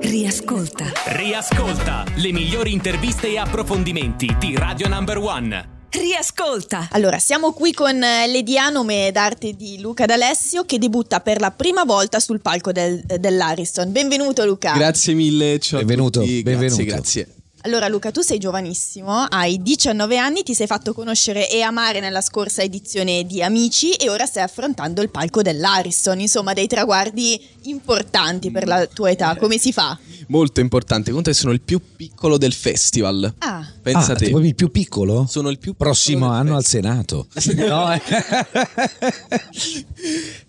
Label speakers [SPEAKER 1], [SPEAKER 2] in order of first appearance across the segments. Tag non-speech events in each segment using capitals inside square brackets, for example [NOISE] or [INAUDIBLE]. [SPEAKER 1] Riascolta.
[SPEAKER 2] Riascolta le migliori interviste e approfondimenti di Radio Number One.
[SPEAKER 1] Riascolta.
[SPEAKER 3] Allora, siamo qui con eh, le dianome d'arte di Luca D'Alessio che debutta per la prima volta sul palco del- dell'Ariston. Benvenuto Luca.
[SPEAKER 4] Grazie mille, ciao
[SPEAKER 5] Benvenuto,
[SPEAKER 4] a tutti.
[SPEAKER 5] benvenuto.
[SPEAKER 4] Grazie, grazie.
[SPEAKER 3] Allora Luca, tu sei giovanissimo, hai 19 anni, ti sei fatto conoscere e amare nella scorsa edizione di Amici e ora stai affrontando il palco dell'Ariston, insomma dei traguardi importanti per la tua età. Come si fa?
[SPEAKER 4] Molto importante, conta che sono il più piccolo del festival.
[SPEAKER 3] Ah.
[SPEAKER 4] Pensa
[SPEAKER 5] Ah,
[SPEAKER 4] te.
[SPEAKER 5] proprio il più piccolo?
[SPEAKER 4] Sono il più piccolo
[SPEAKER 5] Prossimo
[SPEAKER 4] del
[SPEAKER 5] anno al
[SPEAKER 4] festival.
[SPEAKER 5] Senato. No, eh.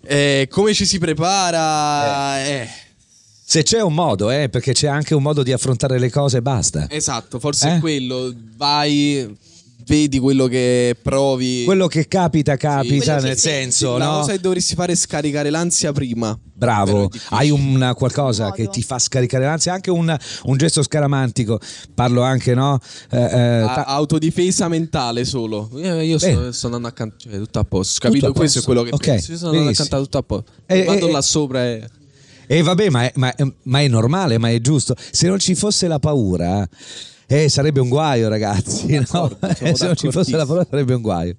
[SPEAKER 4] [LAUGHS]
[SPEAKER 5] [LAUGHS]
[SPEAKER 4] Eh, come ci si prepara? Eh,
[SPEAKER 5] Se c'è un modo, eh, perché c'è anche un modo di affrontare le cose e basta.
[SPEAKER 4] esatto, forse
[SPEAKER 5] Eh?
[SPEAKER 4] è quello. Vai, vedi quello che provi.
[SPEAKER 5] Quello che capita, capita,
[SPEAKER 3] Quello che
[SPEAKER 5] nel
[SPEAKER 3] senti.
[SPEAKER 5] senso,
[SPEAKER 4] La
[SPEAKER 5] no?
[SPEAKER 4] cosa che dovresti fare è scaricare l'ansia prima. Però è
[SPEAKER 5] Bravo,
[SPEAKER 4] difficile.
[SPEAKER 5] hai un qualcosa
[SPEAKER 3] Modo.
[SPEAKER 5] che ti fa scaricare l'ansia, anche un, un gesto scaramantico. Parlo anche, no? Eh, eh,
[SPEAKER 4] A-
[SPEAKER 5] ta-
[SPEAKER 4] autodifesa mentale solo. Eh, Io sto,
[SPEAKER 5] Bene.
[SPEAKER 4] sto andando a cantare cioè, tutto a posto. Capito?
[SPEAKER 5] a
[SPEAKER 4] Questo
[SPEAKER 5] posto.
[SPEAKER 4] è quello che
[SPEAKER 5] Ok,
[SPEAKER 4] penso. Io sono andato a
[SPEAKER 5] benissimo.
[SPEAKER 4] cantare tutto a posto.
[SPEAKER 5] Eh,
[SPEAKER 4] Vado
[SPEAKER 5] eh,
[SPEAKER 4] là
[SPEAKER 5] eh.
[SPEAKER 4] sopra e.
[SPEAKER 5] E vabbè, ma è, ma è- ma è normale, ma è giusto. Se non ci fosse la paura, eh, sarebbe un guaio, ragazzi. no?
[SPEAKER 4] D'accordo, sono
[SPEAKER 5] Eh, [LAUGHS] Se non ci fosse la
[SPEAKER 4] d'accordissimo.
[SPEAKER 5] paura, sarebbe un guaio.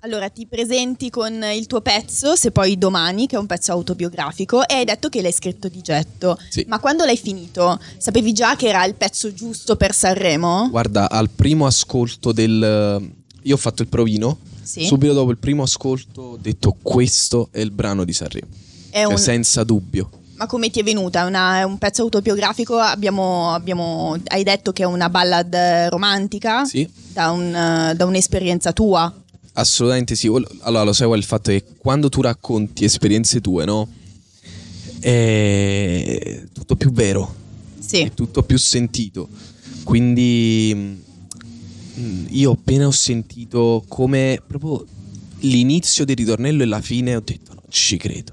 [SPEAKER 3] Allora, ti presenti con il tuo pezzo, se poi domani, che è un pezzo autobiografico, e hai detto che l'hai scritto di getto.
[SPEAKER 4] Sì.
[SPEAKER 3] Ma quando l'hai finito, sapevi già che era il pezzo giusto per Sanremo?
[SPEAKER 4] Guarda, al primo ascolto del... Io ho fatto il provino.
[SPEAKER 3] Sì.
[SPEAKER 4] Subito dopo il primo ascolto ho detto questo è il brano di Sanremo.
[SPEAKER 3] È
[SPEAKER 4] Cioè,
[SPEAKER 3] un-
[SPEAKER 4] senza dubbio.
[SPEAKER 3] Ma come ti è venuta? È una- è un pezzo autobiografico? Abbiamo, abbiamo- hai detto che è una ballad eh, romantica?
[SPEAKER 4] Sì.
[SPEAKER 3] Da, un, eh, da un'esperienza tua?
[SPEAKER 4] Assolutamente sì. Ol- Allora, lo sai qual è il fatto che quando tu racconti esperienze tue, no? È tutto più vero.
[SPEAKER 3] Sì.
[SPEAKER 4] è tutto più sentito. Quindi mm, io appena ho sentito come proprio l'inizio del ritornello e la fine ho detto no, ci credo.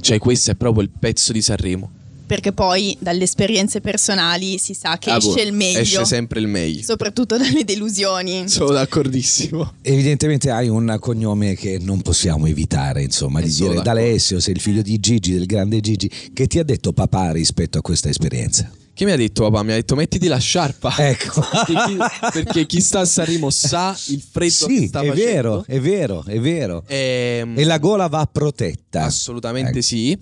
[SPEAKER 4] Cioè questo è proprio il pezzo di Sanremo.
[SPEAKER 3] Perché poi dalle esperienze personali si sa che
[SPEAKER 4] Ah,
[SPEAKER 3] esce
[SPEAKER 4] boh,
[SPEAKER 3] il meglio.
[SPEAKER 4] Esce sempre il
[SPEAKER 5] [LAUGHS]
[SPEAKER 4] meglio.
[SPEAKER 3] Soprattutto [LAUGHS] dalle delusioni.
[SPEAKER 4] Sono d'accordissimo.
[SPEAKER 5] Evidentemente hai un cognome che non possiamo evitare, insomma, di
[SPEAKER 4] Eh, Sono
[SPEAKER 5] dire
[SPEAKER 4] d'accordo.
[SPEAKER 5] D'Alessio, sei il figlio di Gigi, del grande Gigi. Che ti ha detto papà rispetto a questa esperienza?
[SPEAKER 4] Che mi ha detto papà? Mi ha detto mettiti la sciarpa.
[SPEAKER 5] Ecco.
[SPEAKER 4] [LAUGHS] Perché Ah,
[SPEAKER 5] [LAUGHS]
[SPEAKER 4] chi- perché chi sta a Sanremo sa il freddo che
[SPEAKER 5] Sì,
[SPEAKER 4] sta
[SPEAKER 5] è
[SPEAKER 4] facendo.
[SPEAKER 5] vero, è vero, è vero.
[SPEAKER 4] Ehm,
[SPEAKER 5] E la gola va protetta.
[SPEAKER 4] Assolutamente
[SPEAKER 5] Ecco.
[SPEAKER 4] sì.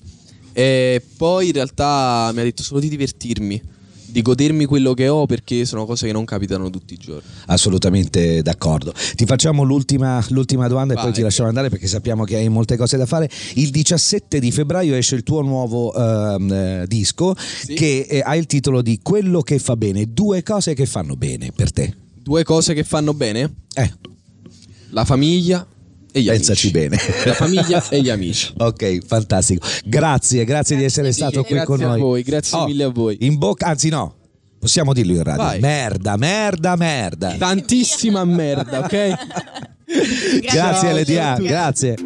[SPEAKER 4] E poi in realtà mi ha detto solo di divertirmi, di godermi quello che ho perché sono cose che non capitano tutti i giorni.
[SPEAKER 5] Assolutamente d'accordo. Ti facciamo l'ultima, l'ultima domanda e
[SPEAKER 4] Vai.
[SPEAKER 5] poi ti lasciamo andare perché sappiamo che hai molte cose da fare. Il 17 di febbraio esce il tuo nuovo ehm, eh, disco che eh, ha il titolo di Quello che fa bene, due cose che fanno bene per te.
[SPEAKER 4] Due cose che fanno bene,
[SPEAKER 5] Eh,
[SPEAKER 4] la famiglia e gli
[SPEAKER 5] pensaci
[SPEAKER 4] amici.
[SPEAKER 5] bene.
[SPEAKER 4] La famiglia
[SPEAKER 5] [LAUGHS]
[SPEAKER 4] e gli amici.
[SPEAKER 5] Ok, fantastico. Grazie, grazie, di essere stato qui
[SPEAKER 4] grazie
[SPEAKER 5] con
[SPEAKER 4] a
[SPEAKER 5] noi. Oh.
[SPEAKER 4] voi, grazie mille a voi.
[SPEAKER 5] In bocca, anzi no, possiamo dirlo in radio.
[SPEAKER 4] Vai.
[SPEAKER 5] Merda, merda, merda.
[SPEAKER 4] Tantissima merda, ok?
[SPEAKER 5] [LAUGHS] grazie
[SPEAKER 4] ciao a
[SPEAKER 5] LDA,
[SPEAKER 4] tutti.
[SPEAKER 5] grazie.